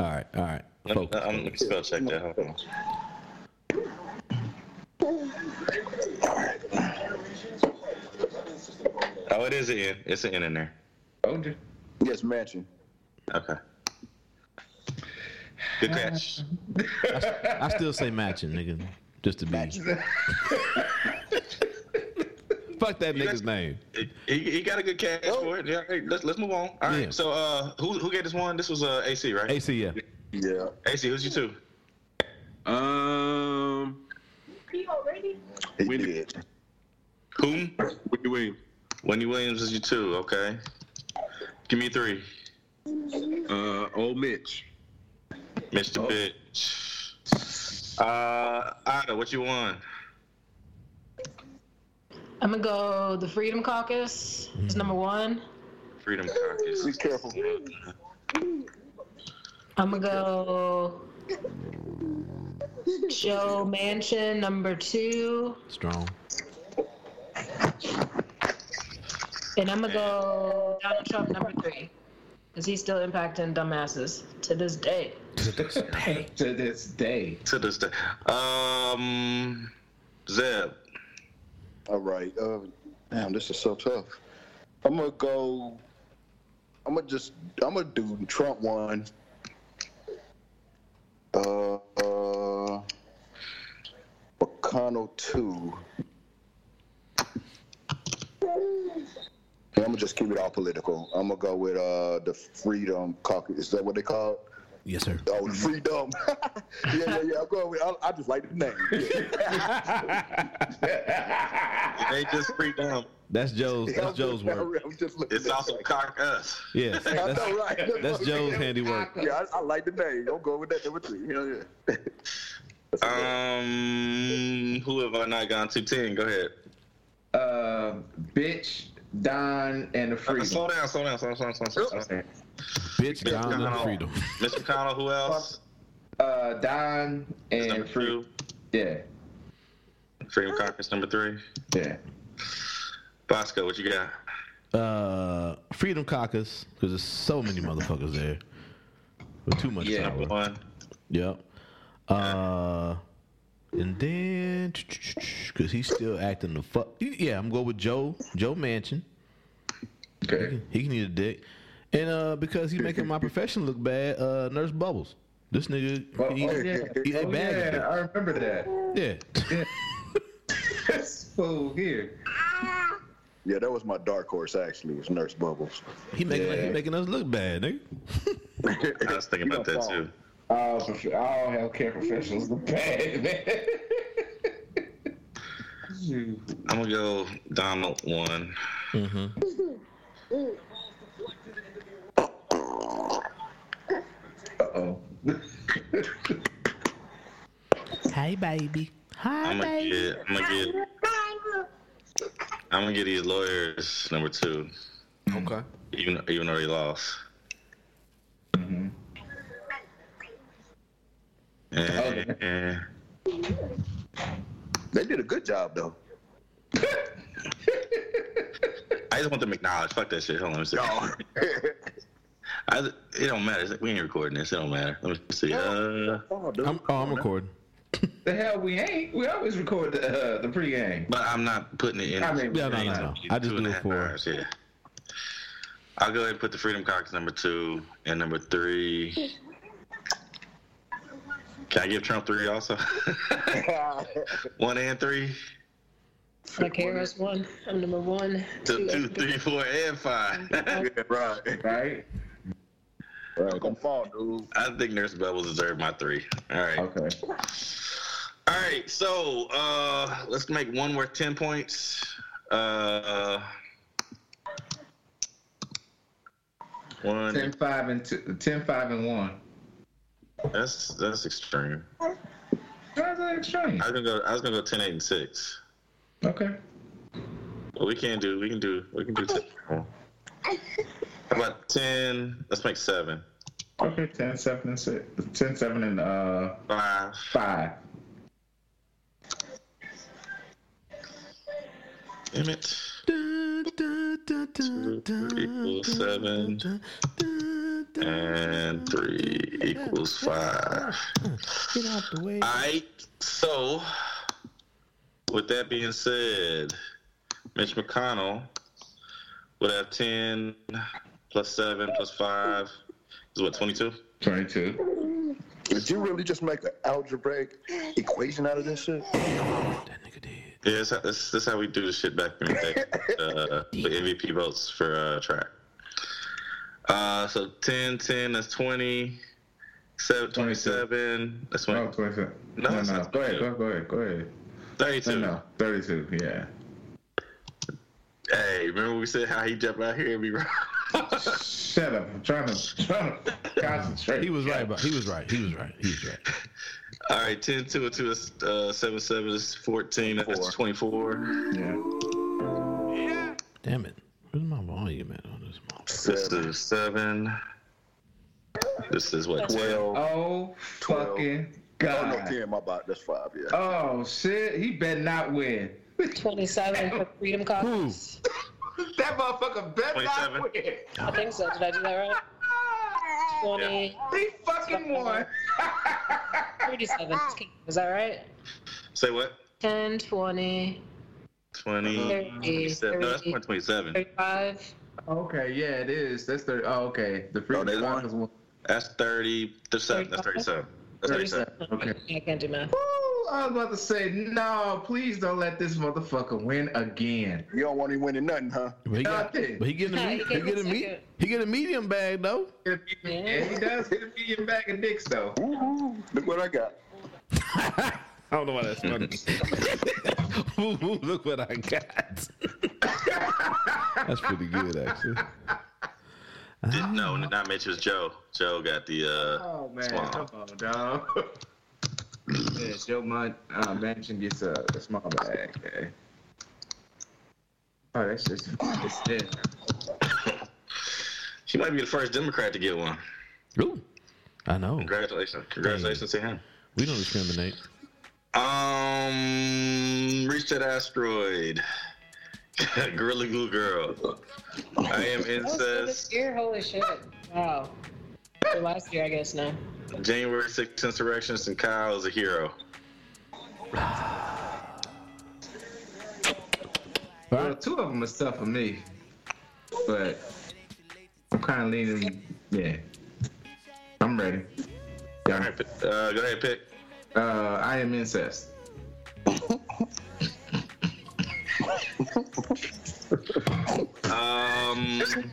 H: All right, all right.
A: Let me,
H: Focus.
A: Uh, let me spell check that. Hold on. Oh, it is an N. It's an N in there.
F: Oh, d-
M: Yes, mansion.
A: Okay. Good catch.
H: I still say matching, nigga. Just to be. Fuck that nigga's name.
A: He, he got a good catch for it. Yeah, hey, let's let's move on. All right.
H: Yeah.
A: So, uh, who who gave this one? This was uh AC, right? AC,
H: AC, yeah.
M: Yeah.
A: who's you two?
J: Um,
M: He
J: Wendy.
M: did.
A: Whom?
J: Wendy Williams.
A: Wendy Williams is you two. Okay. Give me three.
J: Uh, old Mitch.
A: Mr. Bitch. Uh, Ida, what you want?
D: I'm gonna go the Freedom Caucus is number one.
A: Freedom Caucus.
M: Be careful.
D: I'm gonna go Joe Manchin number two,
H: Strong.
D: and I'm gonna go Donald Trump number three, because he's still impacting dumbasses to this day.
F: to this day.
A: To this day. Um, Zeb.
M: All right. Uh, damn, this is so tough. I'm gonna go. I'm gonna just. I'm gonna do Trump one. Uh, uh, McConnell two. I'm gonna just keep it all political. I'm gonna go with uh the Freedom Caucus. Is that what they call it?
H: Yes, sir.
M: Oh, the Freedom. yeah, yeah, yeah. I'm going with. I, I just like the name. Yeah.
B: Uh,
A: They just freedom.
H: That's Joe's. That's Joe's work.
M: I'm just looking
A: It's
M: at it.
A: also cock us.
H: Yeah.
M: I
H: That's,
M: know, right?
H: that's Joe's handiwork.
M: Yeah, I, I like the name. Don't go with that number three. Hell yeah. That's a
A: Uh,
M: good-
A: Um, who have I not gone to? Ten. Go ahead.
F: Uh, bitch, Don, and the
A: Uh,
F: Freedom.
A: slow down. Slow down. Slow down. Slow down. Slow down. Slow down.
H: Bitch, down the freedom.
M: Oh.
A: Mr. McConnell. Who else?
F: Uh, Don and
A: Number
F: Freedom.
A: two.
F: Yeah,
A: Freedom Caucus. Number three.
F: yeah.
A: Bosco. What you got?
H: Uh, freedom caucus, because there's so many motherfuckers there. With too much
F: Yeah.
H: power.
A: One.
H: Yep. Uh, and then because he's still acting the fuck. Yeah, I'm going with Joe Joe Manchin.
F: Okay.
H: He can eat a dick. And uh, because he's making my profession look bad, uh, Nurse Bubbles. This nigga,
B: Oh,
H: he,
B: oh, yeah.
H: he ate
B: Oh,
H: bags.
B: yeah, I remember that.
H: Yeah.
B: That's fool here.
M: Yeah, that was my dark horse actually. Was Nurse Bubbles.
H: He making he making us look bad, nigga.
A: I was thinking about that too.
B: All, prof- all healthcare professionals look bad, man.
A: I'm gonna go Donald one.
B: Uh oh.
H: Hey, baby.
A: I'm gonna get. I'm gonna get. I'm gonna get these lawyers number two.
H: Okay.
A: Even even though he lost.
B: Mm-hmm.
A: Eh,
M: They did a good job though.
A: I just want them acknowledged. Fuck that shit. Hold on. Let me see. I, it don't matter. It's like, We ain't recording this. It don't matter. Let me see. Uh,
H: I'm, oh, I'm recording.
B: The hell we ain't. We always record the uh, the pregame.
A: But I'm not putting it in.
B: I mean,
H: Yeah, no, no, no. I just
A: Two and a
H: do it
A: half
H: for-
A: hours, yeah. I'll go ahead and put the Freedom Caucus number two and number three. Can I give Trump three also? one and three?
D: Like KRS One. I'm number one.
A: Two, two, three, four, and five.
M: right.
B: Right.
M: Right. Come fall, dude.
A: I think Nurse Bubbles deserved my three. All right.
B: Okay.
A: All right. So uh, let's make one worth 10 points. Uh, one.
B: 10, 5, and two, 10, 5, and 1.
A: That's that's extreme.
B: That's extreme.
A: I was gonna go. I was gonna go ten, eight, and six.
B: Okay.
A: But we can do. We can do. We can do ten. How about ten? Let's make seven.
B: Okay, 10, 7, and 6. 10, 7, and uh,
A: Five.
B: 5.
A: Damn it. Two, three equals seven, and three equals five.
H: Get out the way.
A: All right. So, with that being said, Mitch McConnell would have 10 plus 7 plus 5 is what, 22?
B: 22.
M: Did you really just make an algebraic equation out of this shit?
A: Yeah, that's how, that's, that's how we do the shit back in the day. uh, the MVP votes for uh, track. Uh, so 10, 10, that's 20. Seven, 27, that's
B: Oh,
A: when
B: 27.
A: No,
B: no,
A: it's
B: no.
A: not
B: Go ahead, go, go ahead, go ahead.
A: 32.
B: No, no, 32, yeah.
A: Hey, remember we said how he jumped out here and be wrong?
B: Shut up. I'm trying to, trying to concentrate.
H: He was right, but he was right. He was right. He was right.
A: All right, 10, 2, and 2 is uh, 7, 7 is 14. That's 24.
B: Yeah.
H: Damn it. Where's my volume at on this?
A: This is 7. This is what, 12?
B: Oh, fucking
M: Oh no,
B: God.
M: ten. My bad. That's five. Yeah.
B: Oh, shit. He better not win.
D: 27 for Freedom Caucus.
B: That motherfucker better not win.
D: I think so. Did I do that right? 20.
B: He fucking won.
D: 37. Is that right?
A: Say what?
D: 10, 20,
M: Mm,
A: 20.
D: Uh, Thirty.
A: 27. No, that's 27.
D: 35.
B: Okay, yeah, it is. That's 30. Oh, okay. The free
A: Oh, they won?
B: Caucus won.
A: That's 30. That's 37. That's 37. That's 37.
B: Okay.
D: I can't do math.
B: Ooh, I was about to say, no, please don't let this motherfucker win again.
M: You don't want him winning nothing, huh?
H: But he, got,
B: Nothing.
H: but he getting a,
D: He
H: me- he
D: getting
H: getting a, me-
D: second.
H: he getting a medium bag though.
B: Yeah, he does hit a medium bag of dicks, though.
M: Woo-hoo. Look what I got.
H: I don't know why that's funny. Ooh, ooh, look what I got. that's pretty good, actually.
A: Did, no, not Mitch. It was Joe. Joe got the. Uh,
B: Oh, man.
A: Small.
B: Come on, dog. yeah, Joe Munt, uh, Manchin gets a, a small bag. Okay. Oh, that's just. It's dead.
A: he might be the first Democrat to get one.
H: Ooh, I know.
A: Congratulations. Congratulations to him.
H: We don't discriminate.
A: Um, reach that asteroid. Gorilla Glue Girl. I am
D: That was for this
A: incest.
D: year? Holy shit. Wow. For last year, I guess, no.
A: January 6th insurrections and Kyle is a hero.
B: Well, two of them are stuff for me. But kind of leaning. Yeah, I'm ready.
A: All right, pick- uh, go ahead, pick.
B: Uh, I am incest.
A: Um, AC,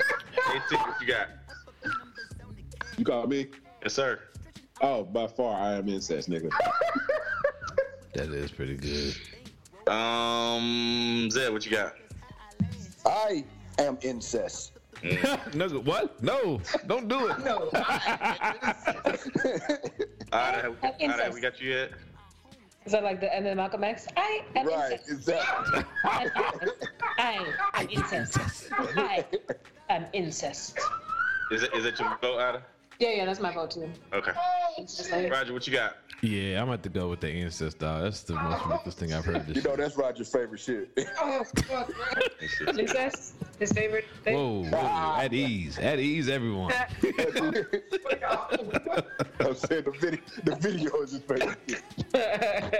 A: what you got?
J: You call me?
A: Yes, sir.
J: Oh, by far, I am incest, nigga.
H: That is pretty good.
A: Um, Zed, what you got?
M: I am incest.
H: Nugget, what? No, don't do it.
B: No.
A: All right, all right,
D: Incest.
A: we got you yet.
D: Is that like the end of Malcolm X? I am
M: Right,
D: incest.
M: exactly.
D: I am incest. I am incest.
A: Is it is it your vote, Ada?
D: Yeah, yeah, that's my vote too.
A: Okay. Roger, what you got?
H: Yeah, I'm about to go with the incest dog. That's the most ridiculous thing I've heard.
M: You
H: This
M: know that's Roger's favorite Oh, shit.
D: Incest, oh, his favorite thing.
H: whoa, whoa, at ease, at ease, everyone.
M: I'm saying the video, the video is his favorite. shit.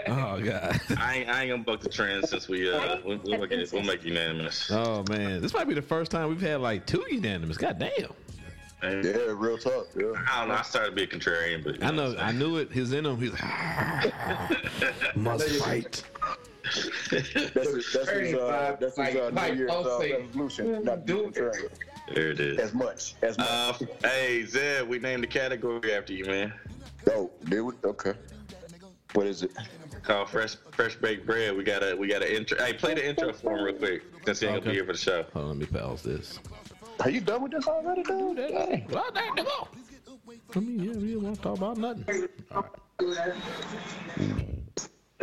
H: Oh god.
A: I ain't, I ain't gonna buck the trend since we uh we, we'll, make it, we'll make it unanimous.
H: Oh man, this might be the first time we've had like two unanimous. God damn.
A: I
M: Yeah, real talk. Yeah.
A: don't know. I started being contrarian, but
H: I know, I knew it. He's in him. He's like, "Ah, must fight.
M: That's his, that's his, uh, that's his uh, New Year's uh, resolution. Not do it
A: there it is.
M: as much as much.
A: Uh, hey Zed, we named the category after you, man.
M: oh, dude. Okay. What is it?
A: Called fresh fresh baked bread. We got a we got an intro. Hey, play the intro for him real quick since he ain't gonna
H: Okay.
A: be here for the show.
H: Hold on, let me pause this.
M: Are you done with this already, dude? Hey.
H: Well, dang, come on. I mean, yeah, we don't want to talk about nothing. All right.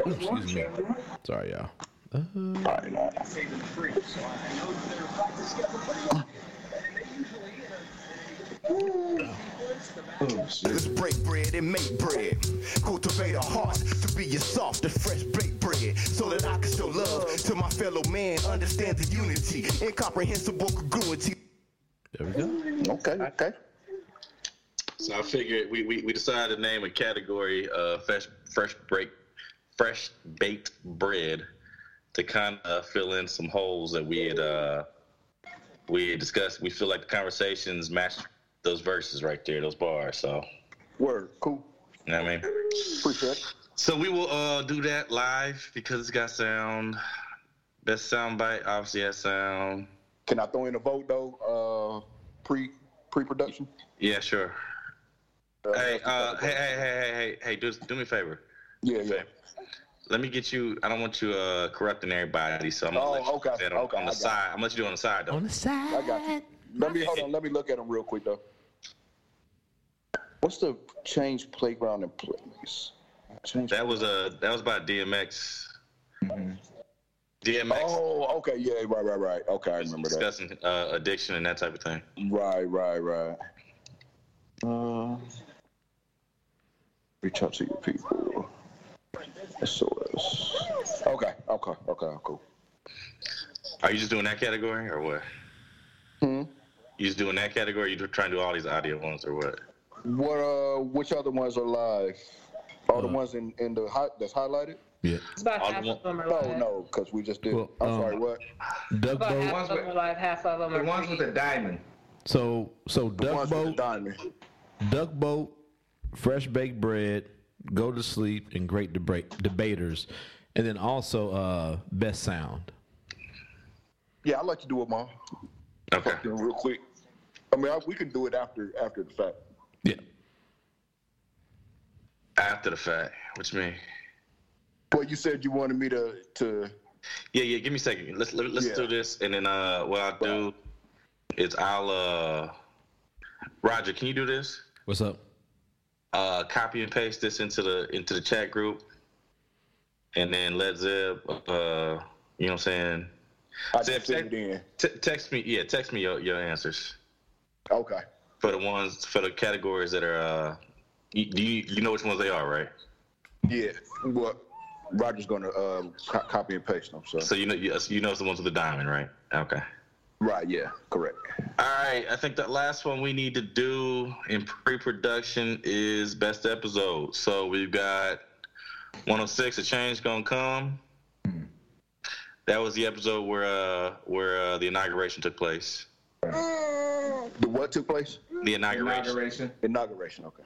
H: Oh, excuse me. Sorry, y'all. Uh,
M: All right, all right.
N: Let's break bread and make bread. Cultivate a heart to be as soft as fresh baked bread. So that I can show love to my fellow man. Understand the unity, incomprehensible congruity.
H: there we go.
M: Okay, okay.
A: So I figured we, we, we decided to name a category uh fresh fresh break fresh baked bread to kind of fill in some holes that we had uh we had discussed. We feel like the conversations matched those verses right there, those bars. So
M: Word. Cool.
A: you know what I mean.
M: Appreciate it.
A: So we will uh do that live because it's got sound. Best sound bite obviously has sound.
M: Can I throw in a vote though? Uh, pre pre production.
A: Yeah, sure. Hey, uh, hey, hey, hey, hey, hey, hey, do, do me a favor.
M: Yeah, yeah.
A: Let me get you. I don't want you uh, corrupting everybody, so I'm gonna
M: Oh,
A: let you
M: okay,
A: do that on,
M: okay,
A: on the
M: I got
A: side. I'm gonna let you do it on the side though.
H: On the side.
M: I got you. Let me hold on. Let me look at them real quick though. What's the change playground and place? Change.
A: That was uh, that was by DMX. DMX
M: Mm-hmm. Oh, okay. Yeah, right, right, right. Okay, I remember that.
A: discussing uh, addiction and that type of thing.
M: Right, right, right. Uh, reach out to your people. SOS. Okay, okay, okay, cool.
A: Are you just doing that category or what?
M: Hmm.
A: You just doing that category? Or you trying to do all these audio ones or what?
M: What? Uh, which other ones are live? All the
H: Uh,
M: ones in in the hot that's highlighted?
H: Yeah.
D: It's about
A: All
D: half
A: the
D: of them are
M: No,
D: live.
M: Oh, no, because we just did.
H: uh, Well,
M: I'm
H: um,
M: sorry. What?
H: Duck
D: About
H: boat.
D: half of them are live, half of them
B: The
D: are
B: ones with the diamond.
H: So, so
M: The
H: duck
M: ones with the
H: boat,
M: diamond.
H: duck boat, fresh baked bread, go to sleep, and great debate debaters, and then also uh, best sound.
M: Yeah, I like to do them all
A: Okay.
M: real quick. I mean, I, we can do it after after the fact.
H: Yeah.
A: After the fact, which mean?
M: But you said you wanted me to to.
A: Yeah, yeah. Give me a second. Let's let, let's
M: Yeah.
A: do this, and then uh, what I'll do is I'll uh, Roger, can you do this?
H: What's up?
A: Uh, copy and paste this into the into the chat group, and then let Zeb. Uh, you know what I'm saying?
M: I
A: Zeb,
M: just said it
A: te-
M: in.
A: te- text me. Yeah, text me your, your answers
M: Okay.
A: for the ones for the categories that are. Uh, you, do you you know which ones they are, right?
M: Yeah. Well, Roger's gonna uh, co- copy and paste them. So.
A: So you know you, you know it's the ones with the diamond, right? Okay.
M: Right. Yeah. Correct.
A: All right, I think that last one we need to do in pre-production is best episode. So we've got 106. A change gonna come. That was the episode where uh, where uh, the inauguration took place.
M: The what took place?
A: The inauguration.
M: Inauguration. Okay.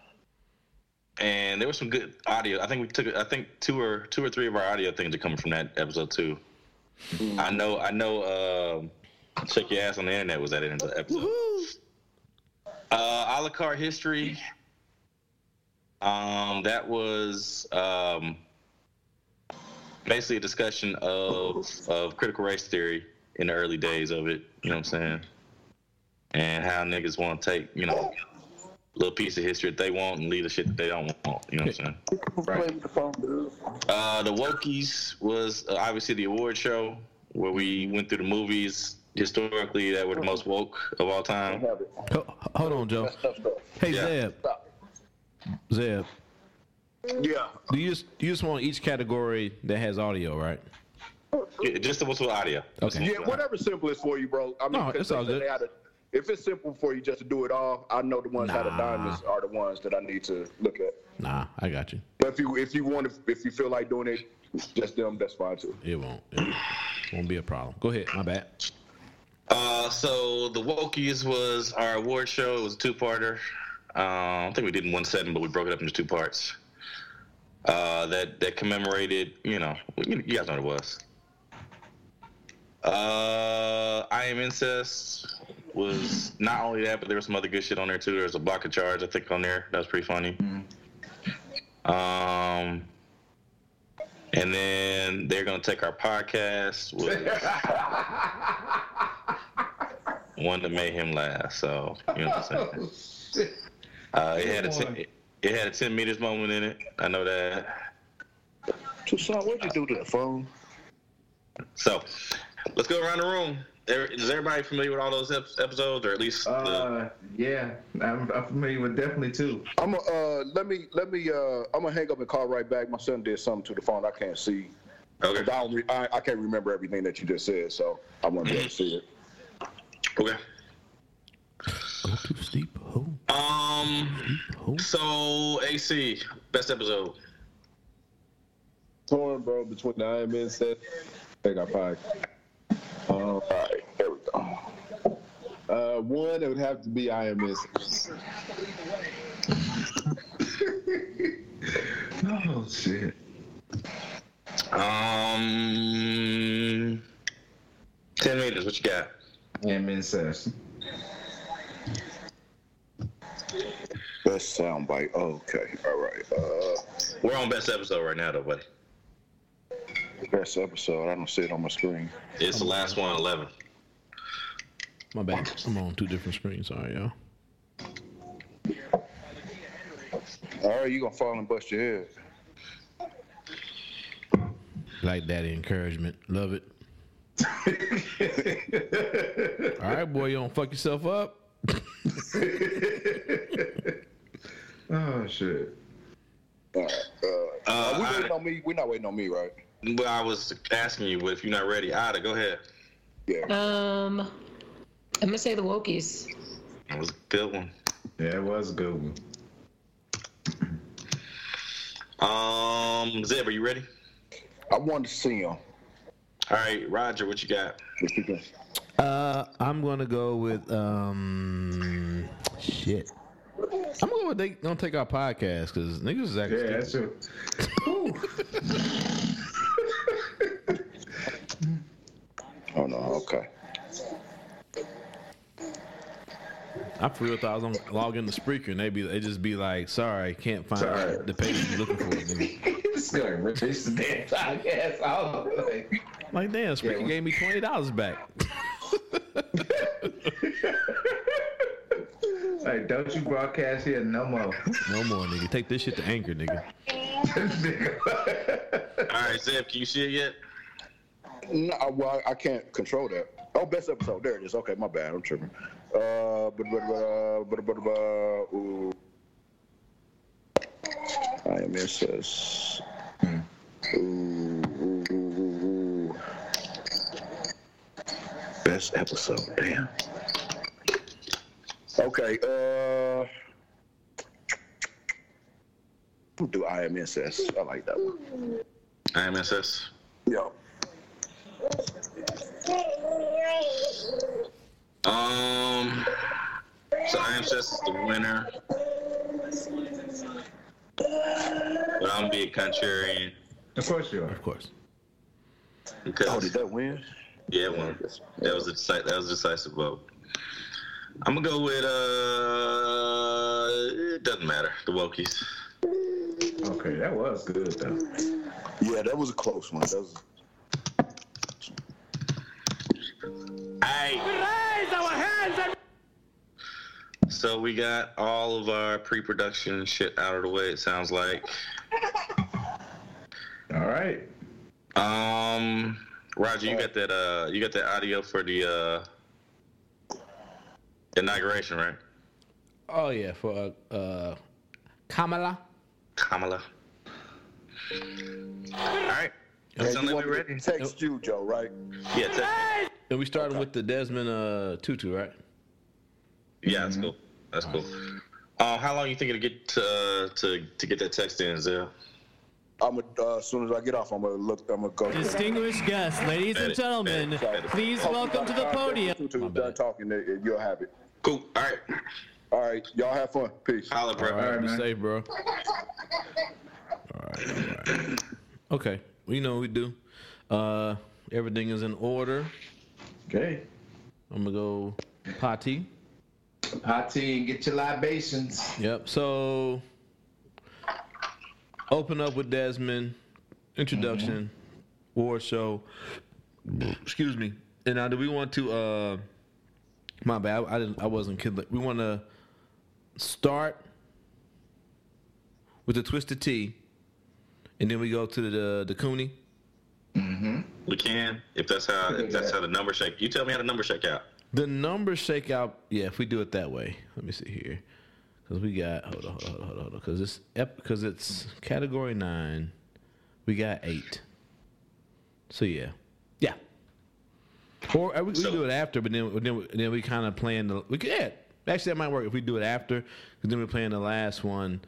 A: And there was some good audio. I think we took. I think two or two or three of our audio things are coming from that episode too. I know. I know. Uh, Check your ass on the internet was that in the episode. Uh, a la carte history. Um, that was um, basically a discussion of of critical race theory in the early days of it. You know what I'm saying? And how niggas want to take you know little piece of history that they want and leave the shit that they don't want. You know what I'm saying? Uh, the Wokies was uh, obviously the award show where we went through the movies historically that were the most woke of all time.
H: Hold on, Joe. Hey, Zeb. Zeb.
M: Yeah.
H: Do you just you just want each category that has audio, right?
A: Yeah, just the ones with audio.
H: Okay.
M: Yeah, whatever simple is for you, bro. I mean,
H: No,
M: 'cause
H: it's all
M: they
H: good.
M: had a- if it's simple for you just to do it all, I know the ones out of diamonds are the ones that I need to look at.
H: Nah, I got you.
M: But if you if you want to, if you feel like doing it, just them, that's fine too.
H: It won't. It won't. won't be a problem. Go ahead. My bad.
A: Uh, so the Wokies was our award show. It was a two-parter. Uh, I think we did in one setting, but we broke it up into two parts. Uh, that that commemorated, you know, you, you guys know what it was. Uh, I am incest was not only that, but there was some other good shit on there too. There was a block of charge, I think, on there. That was pretty funny.
H: Mm-hmm.
A: Um, and then they're gonna take our podcast. Was, one that made him laugh. So you know what I'm
B: Oh,
A: saying. Uh, it had a ten, it had a ten meters moment in it. I know that.
M: Tucson, what'd you do to the phone?
A: So let's go around the room. There- Is everybody familiar with all those ep- episodes, or at least?
B: Uh, yeah, I'm, I'm familiar with definitely two.
M: I'm gonna uh, let me let me uh, I'm gonna hang up and call right back. My son did something to the phone. I can't see.
A: Okay.
M: I, don't re- I, I can't remember everything that you just said, so I want to be able to see it.
A: Okay. Um. So AC best episode.
J: Torn, bro, between the Iron Man set. Take our podcast. Um, all right, there we go. Uh, one, it would have to be Iron Man. set.
B: Oh shit.
A: Um. Ten meters. What you got?
B: And incest.
M: Best soundbite. Okay, all right. Uh,
A: We're on best episode right now, though, buddy.
M: best episode. I don't see it on my screen.
A: It's the last one, eleven.
H: My bad. I'm on two different screens. Sorry, y'all.
M: All right, you gonna fall and bust your head.
H: Like that encouragement. Love it. All right, boy, you don't fuck yourself up.
B: Oh shit.
M: All right. Uh,
A: Uh,
M: we
A: I-
M: waiting on me. We're not waiting on me, right?
A: But I was asking you if you're not ready. Ida, go ahead.
D: Um, I'm gonna say the Wokies.
A: That was a good one.
B: Yeah, it was a good one.
A: Um, Zeb, are you ready?
M: I wanted to see him. All
A: right, Roger, what you got?
H: Uh, I'm gonna go with um, shit. I'm gonna go with they don't take our podcast because niggas is acting.
B: Yeah, that's
H: stupid.
M: Oh no. Okay.
H: I for real thought I was gonna log in the Spreaker and they be they just be like, sorry, can't find
B: Sorry.
H: the page you're looking for. nigga.
B: This guy erased the damn podcast. out.
H: like damn, Spreaker gave me twenty dollars back.
B: Like, don't you broadcast here no more.
H: No more, nigga. Take this shit to Anchor, nigga.
A: All right, Zeb, can you see it yet?
M: No, I- well, I can't control that. Oh, best episode. There it is. Okay, my bad. I'm tripping. Uh, but but but but but but. ooh. I am incest. Ooh, ooh, ooh, ooh, ooh. Best episode. Damn. Okay. Uh. I'll Do I am incest? I like that one.
A: IMSS.
M: Yeah.
A: Um, So I am just the winner. But I'm be a contrarian.
B: Of course you are.
H: Of course.
A: Because
M: Oh, did that win?
A: yeah, it won. That was a deci- that was a decisive vote. I'm gonna go with uh it doesn't matter, the Wokies.
B: Okay, that was good though.
M: Yeah, that was a close one. That was
A: Raise our hands So we got all of our pre-production shit out of the way. It sounds like.
B: all right.
A: Um, Roger, you got that. Uh, you got that audio for the uh, inauguration, right?
H: Oh yeah, for uh, uh Kamala.
A: Kamala. All right.
M: Yeah, you want me to text you, Joe, right?
A: Yeah, text
H: And we started with the Desmond uh, Tutu, right?
A: Yeah, that's cool. That's cool. Um, how long you think it'll get to uh, to, to get that text in, Zell?
M: I'm a, uh, as soon as I get off, I'm gonna look. I'm gonna go.
O: Distinguished guests, ladies and gentlemen, please welcome to the podium.
M: Who's done talking? they- they- You'll have it.
A: Cool. All right.
M: All right. Y'all have fun. Peace.
A: Holla,
H: All right, be safe, bro. All right, all right. Okay, we know what we do. Uh, everything is in order.
B: Okay.
H: I'm gonna go potty.
B: Hot team, get your libations.
H: Yep. So open up with Desmond. Introduction. Award show. Excuse me. And now, do we want to? uh My bad. I, I didn't. I wasn't kidding. We want to start with the twisted T, and then we go to the the Cooney.
A: We can if that's how if that's how the number shake. You tell me how the number shake out.
H: The numbers shake out. Yeah, if we do it that way. Let me see here, because we got hold on, hold on, hold on, hold on, because it's because it's category nine. We got eight. So yeah, yeah. Or uh, we, we do it after, but then then we, then we kind of plan the we could yeah, actually that might work if we do it after, 'cause then we're playing the last one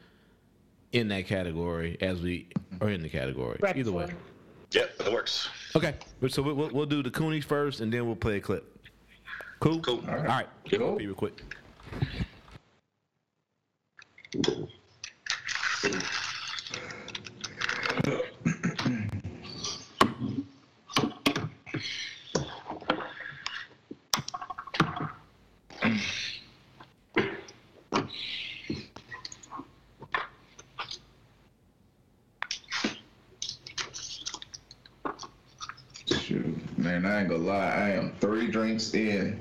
H: in that category as we are in the category. Either way.
A: Yep, that works.
H: Okay, so we- we'll, we'll do the Coonies first, and then we'll play a clip. Cool. Cool. All right. Cool. Be real quick.
B: Shoot, man, I ain't gonna lie. I am three drinks in.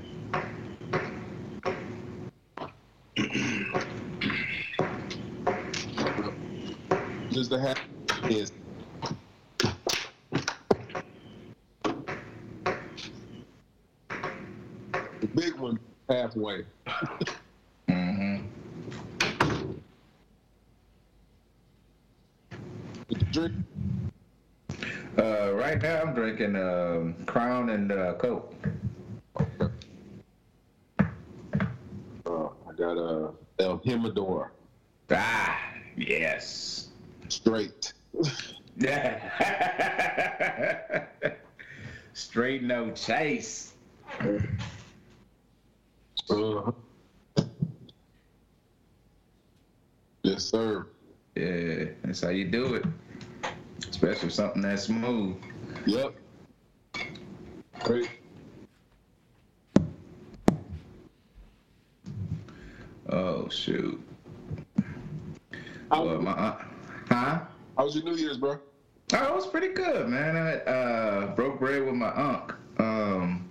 B: Just the half is.
J: The big one halfway.
B: Drink. Uh, right now I'm drinking um, Crown and uh, Coke.
J: Uh, I got a uh, El Himador.
B: Ah, yes.
J: Straight.
B: Yeah. Straight no chase.
J: Uh,
B: Yes, sir. Yeah, that's how you do it. Especially something that's smooth.
J: Yep. Great.
B: Oh shoot.
J: How,
M: Oh.
B: Well, my aunt, huh?
J: how was your New Year's, bro?
B: Oh, it was pretty good, man. I uh, broke bread with my unc. Um,